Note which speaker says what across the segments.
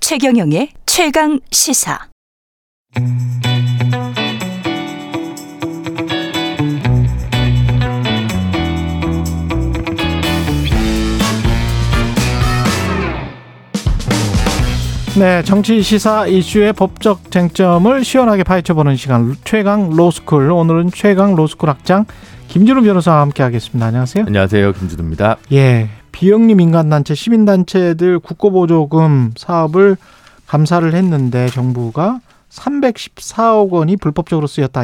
Speaker 1: 최경영의 최강 시사.
Speaker 2: 네, 정치 시사 이슈의 법적 쟁점을 시원하게 파헤쳐보는 시간 최강 로스쿨 오늘은 최강 로스쿨 학장 김준우 변호사와 함께하겠습니다. 안녕하세요.
Speaker 3: 안녕하세요. 김주두입니다.
Speaker 2: 예, 비영리 민간단체 시민단체들 국고보조금 사업을 감사를 했는데 정부가 314억 원이 불법적으로 쓰였다.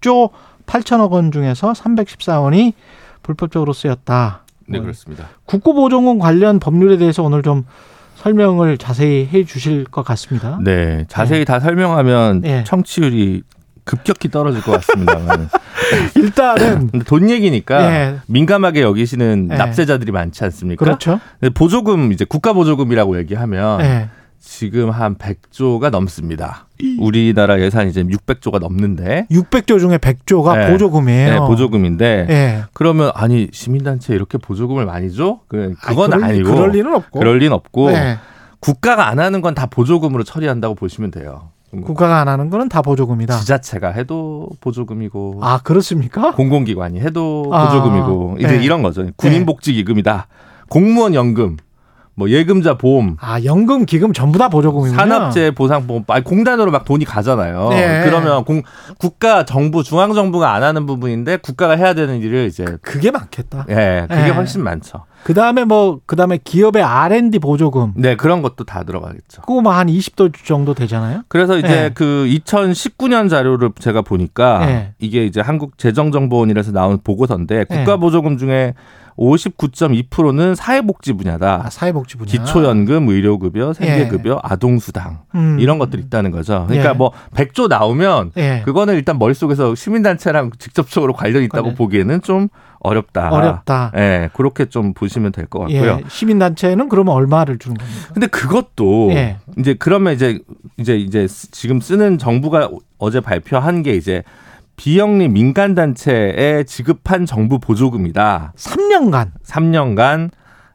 Speaker 2: 6조 8천억 원 중에서 314원이 불법적으로 쓰였다.
Speaker 3: 네, 그렇습니다.
Speaker 2: 국고보조금 관련 법률에 대해서 오늘 좀 설명을 자세히 해 주실 것 같습니다.
Speaker 3: 네, 자세히 다 설명하면
Speaker 2: 네.
Speaker 3: 청취율이 급격히 떨어질 것 같습니다만.
Speaker 2: 네. 일단은
Speaker 3: 근데 돈 얘기니까 그러니까
Speaker 2: 예.
Speaker 3: 민감하게 여기시는
Speaker 2: 예.
Speaker 3: 납세자들이 많지 않습니까?
Speaker 2: 그렇죠.
Speaker 3: 근데 보조금 이제 국가 보조금이라고 얘기하면
Speaker 2: 예.
Speaker 3: 지금 한 100조가 넘습니다. 우리나라 예산이 지금 600조가 넘는데
Speaker 2: 600조 중에 100조가
Speaker 3: 네.
Speaker 2: 보조금이에요.
Speaker 3: 네, 보조금인데
Speaker 2: 예.
Speaker 3: 그러면 아니 시민단체 이렇게 보조금을 많이 줘? 그, 그건
Speaker 2: 아니, 그럴-
Speaker 3: 아니고
Speaker 2: 그럴 리는 없고.
Speaker 3: 그럴 리는 없고
Speaker 2: 예.
Speaker 3: 국가가 안 하는 건 다 보조금으로 처리한다고 보시면 돼요.
Speaker 2: 국가가 안 하는 거는 다 보조금이다.
Speaker 3: 지자체가 해도 보조금이고
Speaker 2: 아, 그렇습니까?
Speaker 3: 공공기관이 해도
Speaker 2: 아,
Speaker 3: 보조금이고 이제
Speaker 2: 네.
Speaker 3: 이런 거죠. 군인복지기금이다. 공무원 연금, 뭐 예금자 보험,
Speaker 2: 아, 연금 기금 전부 다 보조금이구나.
Speaker 3: 산업재해 보상보험, 아니 공단으로 막 돈이 가잖아요.
Speaker 2: 네.
Speaker 3: 그러면 공- 국가 정부 중앙 정부가 안 하는 부분인데 국가가 해야 되는 일을 이제
Speaker 2: 그게 많겠다.
Speaker 3: 예, 그게
Speaker 2: 네.
Speaker 3: 훨씬 많죠.
Speaker 2: 그다음에 뭐 그다음에 기업의 R&D 보조금.
Speaker 3: 네, 그런 것도 다 들어가겠죠.
Speaker 2: 그거 뭐한 20도 정도 되잖아요.
Speaker 3: 그래서 이제
Speaker 2: 네.
Speaker 3: 그 2019년 자료를 제가 보니까
Speaker 2: 네.
Speaker 3: 이게 이제 한국 재정정보원이라서 나온 보고서인데 국가 보조금 중에 59.2%는 사회복지 분야다.
Speaker 2: 아, 사회복지 분야.
Speaker 3: 기초연금, 의료급여, 생계급여, 아동수당
Speaker 2: 음.
Speaker 3: 이런 것들이 있다는 거죠. 그러니까
Speaker 2: 예.
Speaker 3: 뭐 100조 나오면
Speaker 2: 예.
Speaker 3: 그거는 일단 머릿속에서 시민단체랑 직접적으로 관련이 있다고
Speaker 2: 그러네.
Speaker 3: 보기에는 좀 어렵다.
Speaker 2: 어렵다.
Speaker 3: 예, 그렇게 좀 보시면 될 것 같고요.
Speaker 2: 예. 시민 단체는 그러면 얼마를 주는 겁니까?
Speaker 3: 근데 그것도
Speaker 2: 예.
Speaker 3: 이제 그러면 이제 이제 이제 쓰- 지금 쓰는 정부가 오- 어제 발표한 게 이제 비영리 민간 단체에 지급한 정부 보조금이다.
Speaker 2: 3년간
Speaker 3: 3년간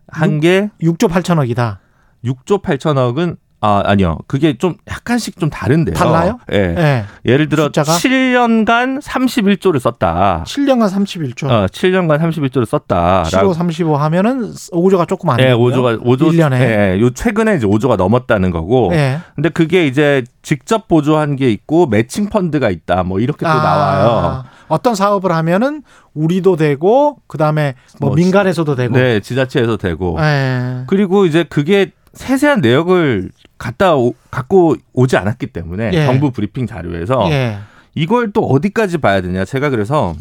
Speaker 3: 한 게
Speaker 2: 6조 8천억이다.
Speaker 3: 6조 8천억은 아 아니요. 그게 좀 약간씩 좀 다른데요.
Speaker 2: 달라요?
Speaker 3: 예.
Speaker 2: 예.
Speaker 3: 예를 들어
Speaker 2: 숫자가?
Speaker 3: 7년간 31조를 썼다.
Speaker 2: 7년간 31조.
Speaker 3: 어, 7년간 31조를 썼다.
Speaker 2: 15, 35 하면은 5조가 조금 안
Speaker 3: 아, 예,
Speaker 2: 돼요.
Speaker 3: 5조가 5조
Speaker 2: 1년에.
Speaker 3: 예, 요 최근에 이제 5조가 넘었다는 거고.
Speaker 2: 예.
Speaker 3: 근데 그게 이제 직접 보조한 게 있고 매칭 펀드가 있다. 뭐 이렇게
Speaker 2: 아,
Speaker 3: 또 나와요.
Speaker 2: 어떤 사업을 하면은 우리도 되고 그다음에 뭐
Speaker 3: 뭐
Speaker 2: 민간에서도 되고.
Speaker 3: 네, 지자체에서 되고.
Speaker 2: 예.
Speaker 3: 그리고 이제 그게 세세한 내역을 갖다 오- 갖고 오지 않았기 때문에
Speaker 2: 예.
Speaker 3: 정부 브리핑 자료에서
Speaker 2: 예.
Speaker 3: 이걸 또 어디까지 봐야 되냐. 제가 그래서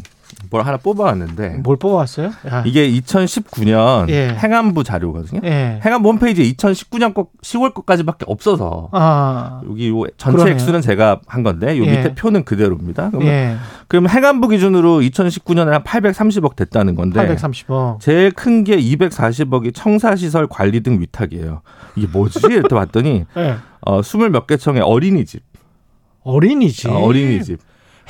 Speaker 3: 뭘 하나 뽑아왔는데
Speaker 2: 뭘 뽑아왔어요? 야.
Speaker 3: 네. 이게 2019년
Speaker 2: 뭐. 예.
Speaker 3: 행안부 자료거든요.
Speaker 2: 예.
Speaker 3: 행안부 홈페이지에 2019년 거 10월 거까지밖에 없어서
Speaker 2: 아.
Speaker 3: 여기 요 전체
Speaker 2: 그러네요.
Speaker 3: 액수는 제가 한 건데 요
Speaker 2: 예.
Speaker 3: 밑에 표는 그대로입니다. 그러면
Speaker 2: 예.
Speaker 3: 그럼 행안부 기준으로 2019년에 한 830억 됐다는 건데
Speaker 2: 830억.
Speaker 3: 제일 큰 게 240억이 청사시설 관리 등 위탁이에요. 이게 뭐지? 이렇게 봤더니
Speaker 2: 예.
Speaker 3: 어, 20몇 개 청의 어린이집,
Speaker 2: 어린이집.
Speaker 3: 어, 어린이집.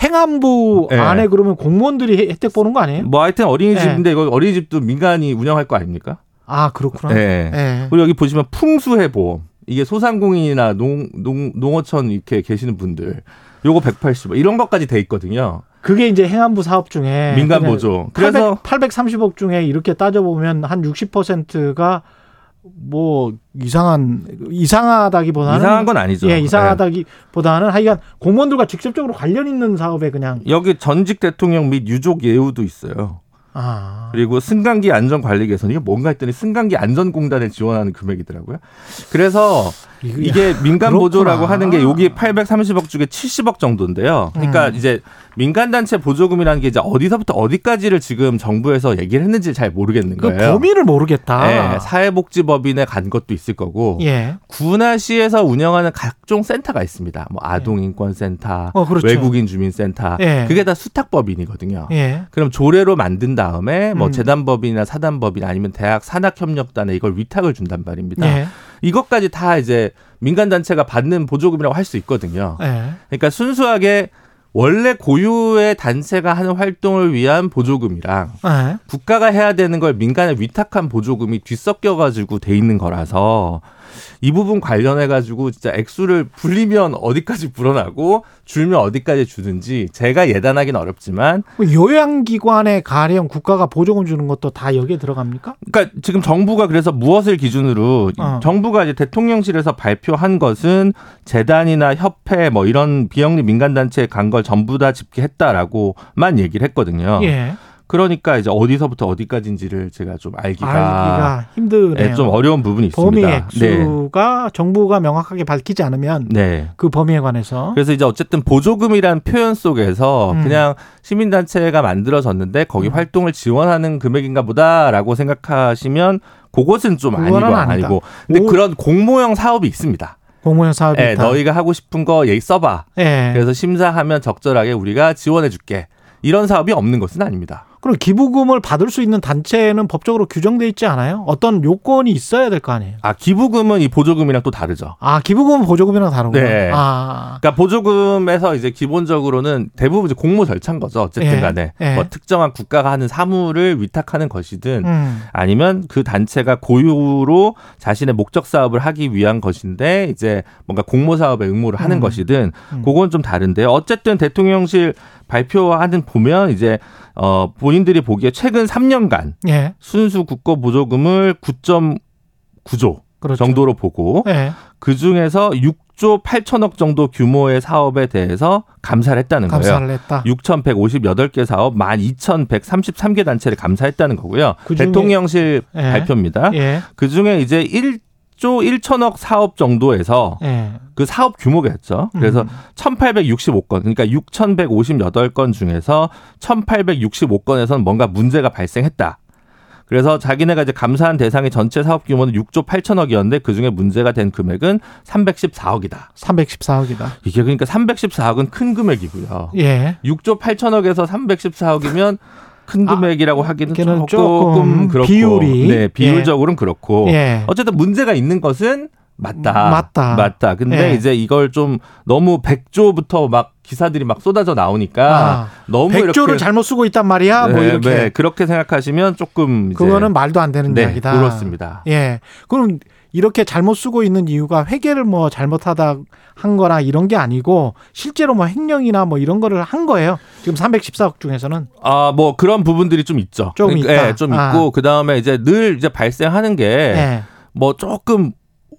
Speaker 2: 행안부
Speaker 3: 예.
Speaker 2: 안에 그러면 공무원들이 혜- 혜택 보는 거 아니에요?
Speaker 3: 뭐 하여튼 어린이집인데 이거 어린이집도 민간이 운영할 거 아닙니까?
Speaker 2: 아, 예. 그렇구나.
Speaker 3: 네.
Speaker 2: 예.
Speaker 3: 그리고 여기 보시면 풍수해 보험. 이게 소상공인이나 농, 농, 농어촌 이렇게 계시는 분들. 요거 180억 이런 것까지 돼 있거든요.
Speaker 2: 그게 이제 행안부 사업 중에
Speaker 3: 민간
Speaker 2: 예, 그냥
Speaker 3: 보조. 그래서
Speaker 2: 800, 830억 중에 이렇게 따져보면 한 60%가 뭐 이상한 이상하다기보다는
Speaker 3: 이상한 건 아니죠.
Speaker 2: 예
Speaker 3: 예.
Speaker 2: 이상하다기보다는 하여간 공무원들과 직접적으로 관련 있는 사업에 그냥
Speaker 3: 여기 전직 대통령 및 유족 예우도 있어요.
Speaker 2: 아
Speaker 3: 그리고 승강기 안전 관리 개선 이게 뭔가 했더니 승강기 안전공단에 지원하는 금액이더라고요. 그래서
Speaker 2: 이거-
Speaker 3: 이게 민간
Speaker 2: 그렇구나.
Speaker 3: 보조라고 하는 게 여기 830억 중에 70억 정도인데요.
Speaker 2: 음.
Speaker 3: 그러니까 이제 민간 단체 보조금이라는 게 이제 어디서부터 어디까지를 지금 정부에서 얘기를 했는지 잘 모르겠는
Speaker 2: 그
Speaker 3: 거예요.
Speaker 2: 범위를 모르겠다.
Speaker 3: 예, 사회복지법인에 간 것도 있을 거고
Speaker 2: 예.
Speaker 3: 구나시에서 운영하는 각종 센터가 있습니다. 뭐 아동인권센터,
Speaker 2: 예. 어, 그렇죠.
Speaker 3: 외국인 주민센터,
Speaker 2: 예.
Speaker 3: 그게 다 수탁법인이거든요.
Speaker 2: 예.
Speaker 3: 그럼 조례로 만든 다음에 뭐
Speaker 2: 음.
Speaker 3: 재단법인이나 사단법인 아니면 대학 산학협력단에 이걸 위탁을 준단 말입니다.
Speaker 2: 예.
Speaker 3: 이것까지 다 이제 민간 단체가 받는 보조금이라고 할 수 있거든요.
Speaker 2: 예.
Speaker 3: 그러니까 순수하게 원래 고유의 단체가 하는 활동을 위한 보조금이랑
Speaker 2: 예.
Speaker 3: 국가가 해야 되는 걸 민간에 위탁한 보조금이 뒤섞여 가지고 돼 있는 거라서 이 부분 관련해 가지고 진짜 액수를 불리면 어디까지 불어나고 줄면 어디까지 주든지 제가 예단하기는 어렵지만
Speaker 2: 뭐 요양기관에 가령 국가가 보조금 주는 것도 다 여기에 들어갑니까?
Speaker 3: 그러니까 지금 정부가 그래서 무엇을 기준으로
Speaker 2: 어.
Speaker 3: 정부가 이제 대통령실에서 발표한 것은 재단이나 협회 뭐 이런 비영리 민간 단체에 간 걸 전부 다 집계했다라고만 얘기를 했거든요.
Speaker 2: 예.
Speaker 3: 그러니까 이제 어디서부터 어디까지인지를 제가 좀 알기가,
Speaker 2: 알기가 힘드네요.
Speaker 3: 예, 좀 어려운 부분이
Speaker 2: 범위
Speaker 3: 있습니다. 네.
Speaker 2: 액수가 정부가 명확하게 밝히지 않으면
Speaker 3: 네. 네.
Speaker 2: 그 범위에 관해서
Speaker 3: 그래서 이제 어쨌든 보조금이란 표현 속에서
Speaker 2: 음.
Speaker 3: 그냥 시민단체가 만들어졌는데 거기
Speaker 2: 음.
Speaker 3: 활동을 지원하는 금액인가 보다라고 생각하시면 그것은 좀 아니고
Speaker 2: 그거는 아니다.
Speaker 3: 아니고 근데
Speaker 2: 오. 아,
Speaker 3: 그런 공모형 사업이 있습니다.
Speaker 2: 공무원 사업이
Speaker 3: 예,
Speaker 2: 있다.
Speaker 3: 너희가 하고 싶은 거 얘기 써봐.
Speaker 2: 예.
Speaker 3: 그래서 심사하면 적절하게 우리가 지원해줄게. 이런 사업이 없는 것은 아닙니다.
Speaker 2: 그럼 기부금을 받을 수 있는 단체는 법적으로 규정돼 있지 않아요? 어떤 요건이 있어야 될 거 아니에요?
Speaker 3: 아 기부금은 이 보조금이랑 또 다르죠.
Speaker 2: 아 기부금은 보조금이랑 다른구나.
Speaker 3: 네.
Speaker 2: 아
Speaker 3: 그러니까 보조금에서 이제 기본적으로는 대부분 이제 공모 절차인 거죠.
Speaker 2: 예,
Speaker 3: 어쨌든 간에
Speaker 2: 예.
Speaker 3: 뭐 특정한 국가가 하는 사무를 위탁하는 것이든
Speaker 2: 음.
Speaker 3: 아니면 그 단체가 고유로 자신의 목적 사업을 하기 위한 것인데 이제 뭔가 공모 사업에 응모를 하는
Speaker 2: 음.
Speaker 3: 것이든
Speaker 2: 음.
Speaker 3: 그건 좀 다른데요. 어쨌든 대통령실 발표하는 보면 이제 어 본인들이 보기에 최근 3년간
Speaker 2: 예.
Speaker 3: 순수 국고 보조금을 9.9조
Speaker 2: 그렇죠.
Speaker 3: 정도로 보고
Speaker 2: 예.
Speaker 3: 그 중에서 6조 8천억 정도 규모의 사업에 대해서 감사를 했다는 거예요.
Speaker 2: 감사를 했다.
Speaker 3: 6,158개 사업 12,133개 단체를 감사했다는 거고요.
Speaker 2: 그중에-
Speaker 3: 대통령실
Speaker 2: 예.
Speaker 3: 발표입니다.
Speaker 2: 예.
Speaker 3: 그 중에 이제 1조 1천억 사업 정도에서
Speaker 2: 예.
Speaker 3: 그 사업 규모겠죠. 그래서
Speaker 2: 음.
Speaker 3: 1,865건, 그러니까 6,158건 중에서 1,865건에서는 뭔가 문제가 발생했다. 그래서 자기네가 이제 감사한 대상이 전체 사업 규모는 6조 8천억이었는데 그 중에 문제가 된 금액은 314억이다.
Speaker 2: 314억이다.
Speaker 3: 이게 그러니까 314억은 큰 금액이고요.
Speaker 2: 예.
Speaker 3: 6조 8천억에서 314억이면 큰
Speaker 2: 아,
Speaker 3: 금액이라고 하기는
Speaker 2: 걔는
Speaker 3: 조금,
Speaker 2: 조금
Speaker 3: 그렇고
Speaker 2: 비율이.
Speaker 3: 네 비율적으로는 그렇고
Speaker 2: 예.
Speaker 3: 어쨌든 문제가 있는 것은 맞다.
Speaker 2: 음, 맞다.
Speaker 3: 맞다. 근데
Speaker 2: 예.
Speaker 3: 이제 이걸 좀 너무 백조부터 막 기사들이 막 쏟아져 나오니까
Speaker 2: 아,
Speaker 3: 너무
Speaker 2: 백조를
Speaker 3: 이렇게
Speaker 2: 잘못 쓰고 있단 말이야. 뭐
Speaker 3: 네,
Speaker 2: 이렇게.
Speaker 3: 네, 그렇게 생각하시면 조금 이제
Speaker 2: 그거는 말도 안 되는
Speaker 3: 네,
Speaker 2: 이야기다.
Speaker 3: 그렇습니다.
Speaker 2: 예. 그럼 이렇게 잘못 쓰고 있는 이유가 회계를 뭐 잘못하다 한 거나 이런 게 아니고 실제로 뭐 횡령이나 뭐 이런 거를 한 거예요. 지금 314억 중에서는.
Speaker 3: 아, 뭐 그런 부분들이 좀 있죠.
Speaker 2: 좀 있다.
Speaker 3: 예, 좀
Speaker 2: 아.
Speaker 3: 있고 그다음에 이제 늘 이제 발생하는 게
Speaker 2: 예.
Speaker 3: 뭐 조금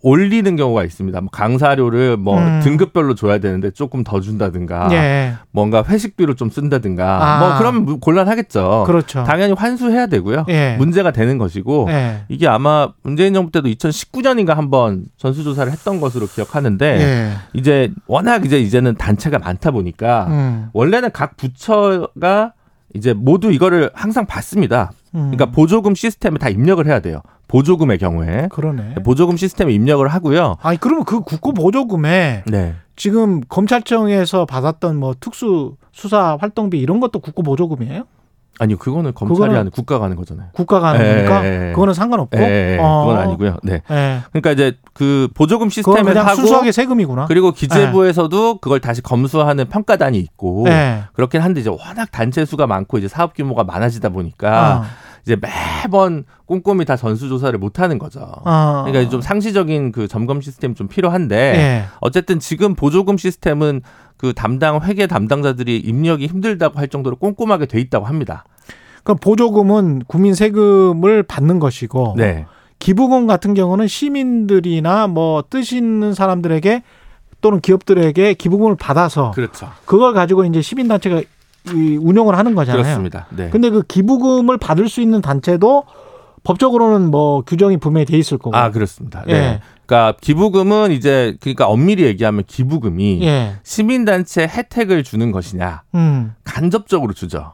Speaker 3: 올리는 경우가 있습니다. 뭐 강사료를 뭐
Speaker 2: 음.
Speaker 3: 등급별로 줘야 되는데 조금 더 준다든가
Speaker 2: 예.
Speaker 3: 뭔가 회식비로 좀 쓴다든가
Speaker 2: 아.
Speaker 3: 뭐 그러면 곤란하겠죠.
Speaker 2: 그렇죠.
Speaker 3: 당연히 환수해야 되고요.
Speaker 2: 예.
Speaker 3: 어. 문제가 되는 것이고
Speaker 2: 예.
Speaker 3: 이게 아마 문재인 정부 때도 2019년인가 한번 전수조사를 했던 것으로 기억하는데
Speaker 2: 예.
Speaker 3: 이제 워낙 이제 이제는 단체가 많다 보니까
Speaker 2: 음.
Speaker 3: 원래는 각 부처가 이제 모두 이거를 항상 받습니다.
Speaker 2: 음.
Speaker 3: 그러니까 보조금 시스템에 다 입력을 해야 돼요. 보조금의 경우에
Speaker 2: 그러네.
Speaker 3: 보조금 시스템에 입력을 하고요.
Speaker 2: 아니 그러면 그 국고 보조금에
Speaker 3: 네.
Speaker 2: 지금 검찰청에서 받았던 뭐 특수 수사 활동비 이런 것도 국고 보조금이에요?
Speaker 3: 아니요, 그거는 검찰이
Speaker 2: 그거는-
Speaker 3: 하는 국가가 하는 거잖아요.
Speaker 2: 국가가 하는 거니까
Speaker 3: 예, 예, 예.
Speaker 2: 그러니까? 그거는 상관없고.
Speaker 3: 예, 예, 예.
Speaker 2: 어.
Speaker 3: 그건 아니고요. 네.
Speaker 2: 예.
Speaker 3: 그러니까 이제 그
Speaker 2: 그건
Speaker 3: 보조금 시스템에
Speaker 2: 그냥
Speaker 3: 하고
Speaker 2: 순수하게 세금이구나.
Speaker 3: 그리고 기재부에서도
Speaker 2: 네.
Speaker 3: 그걸 다시 검수하는 평가단이 있고
Speaker 2: 예.
Speaker 3: 그렇긴 한데 이제 워낙 단체 수가 많고 이제 사업 규모가 많아지다 보니까 이제 매번 꼼꼼히 다 전수 조사를 못 하는 거죠.
Speaker 2: 어.
Speaker 3: 그러니까 이제 좀 네. 상시적인 그 점검 시스템이 좀 필요한데
Speaker 2: 예.
Speaker 3: 어쨌든 지금 보조금 시스템은 그 담당 회계 담당자들이 입력이 힘들다고 할 정도로 꼼꼼하게 돼 있다고 합니다.
Speaker 2: 그럼 보조금은 국민 세금을 받는 것이고
Speaker 3: 네.
Speaker 2: 기부금 같은 경우는 시민들이나 뭐 뜻 있는 사람들에게 또는 기업들에게 기부금을 받아서
Speaker 3: 그렇죠.
Speaker 2: 그, 걸 가지고 이제 시민 단체가 이 운영을 하는 거잖아요.
Speaker 3: 그렇습니다. 네.
Speaker 2: 근데 그 기부금을 받을 수 있는 단체도 법적으로는 뭐 규정이 분명히 돼 있을 거고.
Speaker 3: 아, 그렇습니다. 네.
Speaker 2: 뭐 예.
Speaker 3: 그러니까 기부금은 이제 그러니까 엄밀히 얘기하면 기부금이
Speaker 2: 예.
Speaker 3: 시민단체 혜택을 주는 것이냐
Speaker 2: 음.
Speaker 3: 간접적으로 주죠.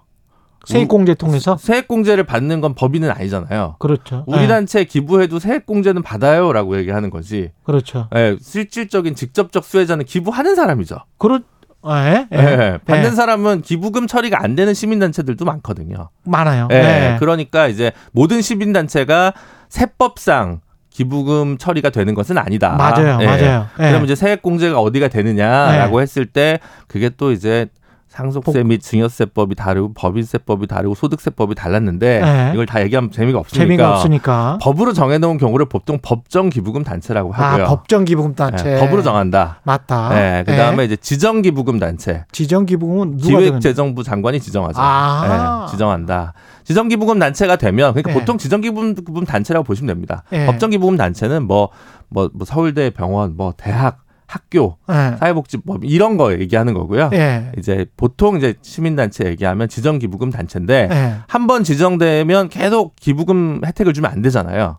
Speaker 2: 세액공제 통해서
Speaker 3: 세액공제를 받는 건 법인은 아니잖아요.
Speaker 2: 그렇죠.
Speaker 3: 우리
Speaker 2: 예.
Speaker 3: 단체 기부해도 세액공제는 받아요라고 얘기하는 거지.
Speaker 2: 그렇죠.
Speaker 3: 예, 실질적인 직접적 수혜자는 기부하는 사람이죠.
Speaker 2: 그렇 예. 예.
Speaker 3: 예, 받는
Speaker 2: 예.
Speaker 3: 사람은 기부금 처리가 안 되는 시민단체들도 많거든요.
Speaker 2: 많아요.
Speaker 3: 예,
Speaker 2: 예.
Speaker 3: 그러니까 이제 모든 시민단체가 세법상 기부금 처리가 되는 것은 아니다.
Speaker 2: 맞아요.
Speaker 3: 예.
Speaker 2: 맞아요. 예.
Speaker 3: 그러면 이제 세액공제가 어디가 되느냐라고 했을 때 그게 또 이제 상속세 및 증여세법이 다르고 법인세법이 다르고 소득세법이 달랐는데
Speaker 2: 네.
Speaker 3: 이걸 다 얘기하면 재미가 없으니까
Speaker 2: 재미가 없으니까.
Speaker 3: 법으로 정해놓은 경우를 보통 법정 기부금 단체라고
Speaker 2: 아,
Speaker 3: 하고요.
Speaker 2: 법정 기부금
Speaker 3: 예,
Speaker 2: 단체. 아,
Speaker 3: 법으로 정한다.
Speaker 2: 맞다.
Speaker 3: 예, 그다음에 이제 지정 기부금 단체.
Speaker 2: 지정 기부금은 누가 정해?
Speaker 3: 기획재정부 장관이 지정하죠.
Speaker 2: 아.
Speaker 3: 예, 지정한다. 지정 기부금 단체가 되면 그러니까
Speaker 2: 예.
Speaker 3: 보통 지정 기부금 단체라고 보시면 됩니다.
Speaker 2: 예.
Speaker 3: 법정 기부금 단체는 뭐 뭐 뭐 서울대 병원 뭐 대학 학교
Speaker 2: 예.
Speaker 3: 사회복지법 뭐 이런 거 얘기하는 거고요.
Speaker 2: 예.
Speaker 3: 이제 보통 이제 시민단체 얘기하면 지정 기부금 단체인데
Speaker 2: 예.
Speaker 3: 한 번 지정되면 계속 기부금 혜택을 주면 안 되잖아요.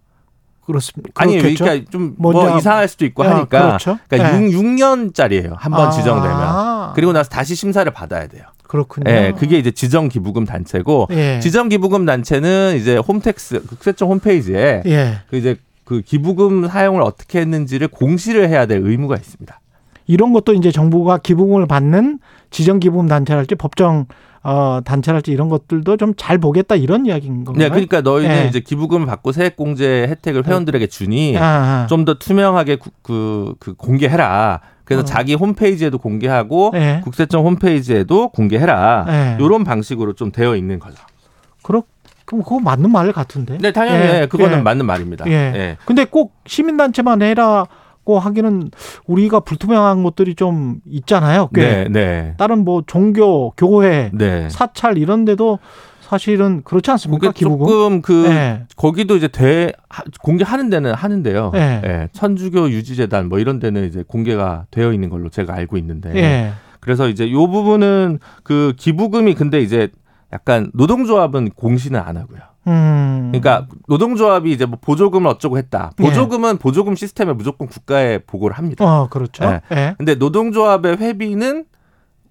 Speaker 2: 그렇습니다.
Speaker 3: 아니
Speaker 2: 그렇겠죠?
Speaker 3: 그러니까 좀
Speaker 2: 먼저-
Speaker 3: 뭐 이상할 수도 있고
Speaker 2: 아,
Speaker 3: 하니까
Speaker 2: 그렇죠.
Speaker 3: 그러니까
Speaker 2: 예.
Speaker 3: 6, 년짜리예요 한 번
Speaker 2: 아,
Speaker 3: 지정되면. 그리고 나서 다시 심사를 받아야 돼요.
Speaker 2: 그렇군요.
Speaker 3: 예, 그게 이제 지정 기부금 단체고
Speaker 2: 예.
Speaker 3: 지정 기부금 단체는 이제 홈택스 국세청 홈페이지에
Speaker 2: 예.
Speaker 3: 그 이제 그 기부금 사용을 어떻게 했는지를 공시를 해야 될 의무가 있습니다.
Speaker 2: 이런 것도 이제 정부가 기부금을 받는 지정 기부금 단체랄지 법정 어, 단체랄지 이런 것들도 좀 잘 보겠다 이런 이야기인 건가요?
Speaker 3: 네, 그러니까 너희는
Speaker 2: 예.
Speaker 3: 이제 기부금 을 받고 세액공제
Speaker 2: 네.
Speaker 3: 혜택을 회원들에게 주니
Speaker 2: 아, 아.
Speaker 3: 그러니까 좀 더 투명하게 구- 그, 그 공개해라. 그래서
Speaker 2: 어.
Speaker 3: 자기 홈페이지에도 공개하고
Speaker 2: 예.
Speaker 3: 국세청 홈페이지에도 공개해라.
Speaker 2: 예.
Speaker 3: 요런 방식으로 좀 되어 있는 거죠.
Speaker 2: 그렇 그럼 그거 맞는 말 같은데.
Speaker 3: 네, 당연히
Speaker 2: 예.
Speaker 3: 예, 그거는
Speaker 2: 예.
Speaker 3: 맞는 말입니다.
Speaker 2: 예. 근데 꼭 시민 단체만 해라고 하기는 우리가 불투명한 것들이 좀 있잖아요. 꽤.
Speaker 3: 네, 네.
Speaker 2: 다른 뭐 종교, 교회,
Speaker 3: 네.
Speaker 2: 사찰 이런 데도 사실은 그렇지 않습니까?
Speaker 3: 그게
Speaker 2: 기부금.
Speaker 3: 조금 그
Speaker 2: 예.
Speaker 3: 거기도 이제 대 하- 공개하는 데는 하는데요.
Speaker 2: 예.
Speaker 3: 예. 천주교 유지재단 뭐 이런 데는 이제 공개가 되어 있는 걸로 제가 알고 있는데.
Speaker 2: 예.
Speaker 3: 그래서 이제 요 부분은 그 기부금이 근데 이제 약간 노동조합은 공시는 안 하고요.
Speaker 2: 음.
Speaker 3: 그러니까 노동조합이 이제 뭐 보조금을 어쩌고 했다.
Speaker 2: 예.
Speaker 3: 보조금은 보조금 시스템에 무조건 국가에 보고를 합니다.
Speaker 2: 어, 그렇죠.
Speaker 3: 예.
Speaker 2: 예.
Speaker 3: 근데 노동조합의 회비는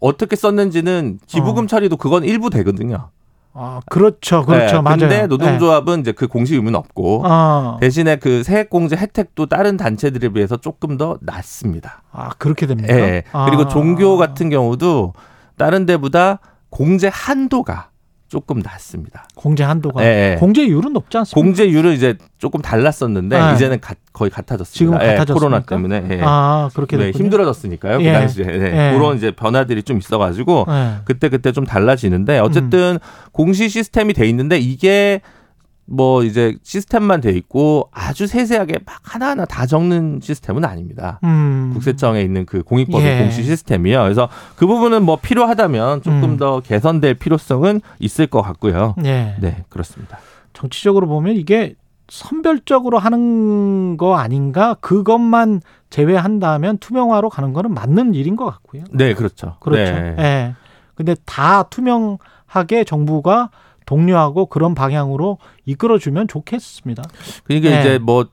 Speaker 3: 어떻게 썼는지는 기부금 처리도 그건 일부 되거든요.
Speaker 2: 아, 어. 그렇죠. 그렇죠.
Speaker 3: 예,
Speaker 2: 맞아요.
Speaker 3: 근데 노동조합은 이제 그 공시 의무는
Speaker 2: 예.
Speaker 3: 없고
Speaker 2: 아,
Speaker 3: 대신에 그 세액공제 혜택도 다른 단체들에 비해서 조금 더 낮습니다.
Speaker 2: 아, 그렇게 됩니까?
Speaker 3: 예.
Speaker 2: 아.
Speaker 3: 그리고 종교 같은 경우도 다른 데보다 공제 한도가 조금 낮습니다.
Speaker 2: 공제 한도가
Speaker 3: 예, 예.
Speaker 2: 공제율은 높지 않습니까?
Speaker 3: 공제율은 이제 조금 달랐었는데
Speaker 2: 네.
Speaker 3: 이제는 가- 거의 같아졌습니다.
Speaker 2: 지금
Speaker 3: 예,
Speaker 2: 같아졌습니까?
Speaker 3: 코로나 때문에 예.
Speaker 2: 아, 그렇게
Speaker 3: 네,
Speaker 2: 됐군요.
Speaker 3: 힘들어졌으니까요.
Speaker 2: 예.
Speaker 3: 그 당시에 네,
Speaker 2: 예.
Speaker 3: 그런 이제 변화들이 좀 있어가지고
Speaker 2: 예.
Speaker 3: 그때 그때 좀
Speaker 2: 음.
Speaker 3: 달라지는데 어쨌든 공시 시스템이 돼 있는데 이게 뭐 이제 시스템만 돼 있고 아주 세세하게 막 하나하나 다 적는 시스템은 아닙니다.
Speaker 2: 음.
Speaker 3: 국세청에 있는 그 공익법의
Speaker 2: 예.
Speaker 3: 공시 시스템이요. 그래서 그 부분은 뭐 필요하다면 조금
Speaker 2: 음.
Speaker 3: 더 개선될 필요성은 있을 것 같고요.
Speaker 2: 예.
Speaker 3: 네, 그렇습니다.
Speaker 2: 정치적으로 보면 이게 선별적으로 하는 거 아닌가? 그것만 제외한다면 투명화로 가는 거는 맞는 일인 것 같고요.
Speaker 3: 네, 그렇죠.
Speaker 2: 그렇죠.
Speaker 3: 네.
Speaker 2: 예. 근데 다 투명하게 정부가 독려하고 그런 방향으로 이끌어주면 좋겠습니다.
Speaker 3: 그러니까
Speaker 2: 네.
Speaker 3: 이제 뭐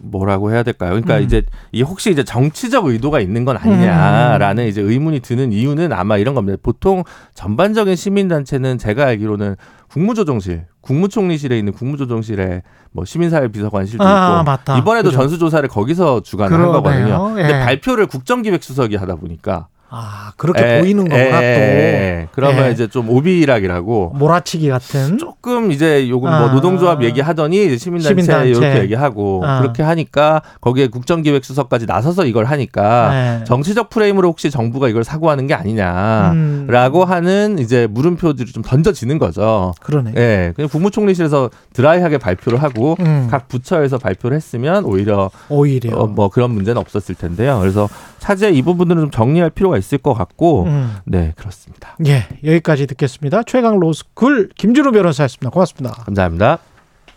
Speaker 3: 뭐라고 해야 될까요? 그러니까
Speaker 2: 음.
Speaker 3: 이제 이 혹시 이제 정치적 의도가 있는 건
Speaker 2: 음.
Speaker 3: 아니냐라는 이제 의문이 드는 이유는 아마 이런 겁니다. 보통 전반적인 시민단체는 제가 알기로는 국무조정실, 국무총리실에 있는 국무조정실에 뭐 시민사회 비서관실도
Speaker 2: 아,
Speaker 3: 있고
Speaker 2: 맞다.
Speaker 3: 이번에도
Speaker 2: 그죠.
Speaker 3: 전수조사를 거기서 주관한
Speaker 2: 그러네요.
Speaker 3: 거거든요. 근데
Speaker 2: 예.
Speaker 3: 발표를 국정기획수석이 하다 보니까
Speaker 2: 아, 그렇게
Speaker 3: 예,
Speaker 2: 보이는 거구나
Speaker 3: 예, 예. 그러면
Speaker 2: 예.
Speaker 3: 이제 좀 오비락이라고
Speaker 2: 또. 몰아치기 같은.
Speaker 3: 조금 이제 요건 뭐
Speaker 2: 아.
Speaker 3: 노동조합 얘기하더니 이제 시민단체,
Speaker 2: 시민단체.
Speaker 3: 이렇게 얘기하고
Speaker 2: 아.
Speaker 3: 그렇게 하니까 거기에 국정기획수석까지 나서서 이걸 하니까
Speaker 2: 예.
Speaker 3: 정치적 프레임으로 혹시 정부가 이걸 사고하는 게 아니냐라고
Speaker 2: 음,
Speaker 3: 하는 이제 물음표들이 좀 던져지는 거죠.
Speaker 2: 그러네.
Speaker 3: 예, 그냥 국무총리실에서 드라이하게 발표를 하고
Speaker 2: 음,
Speaker 3: 각 부처에서 발표를 했으면 오히려
Speaker 2: 오히려.
Speaker 3: 어, 뭐 그런 문제는 없었을 텐데요. 그래서 차제 이 부분들은 좀 정리할 필요가 있을 것 같고
Speaker 2: 음.
Speaker 3: 네 그렇습니다.
Speaker 2: 예, 여기까지 듣겠습니다. 최강 로스쿨 김준호 변호사였습니다. 고맙습니다.
Speaker 3: 감사합니다.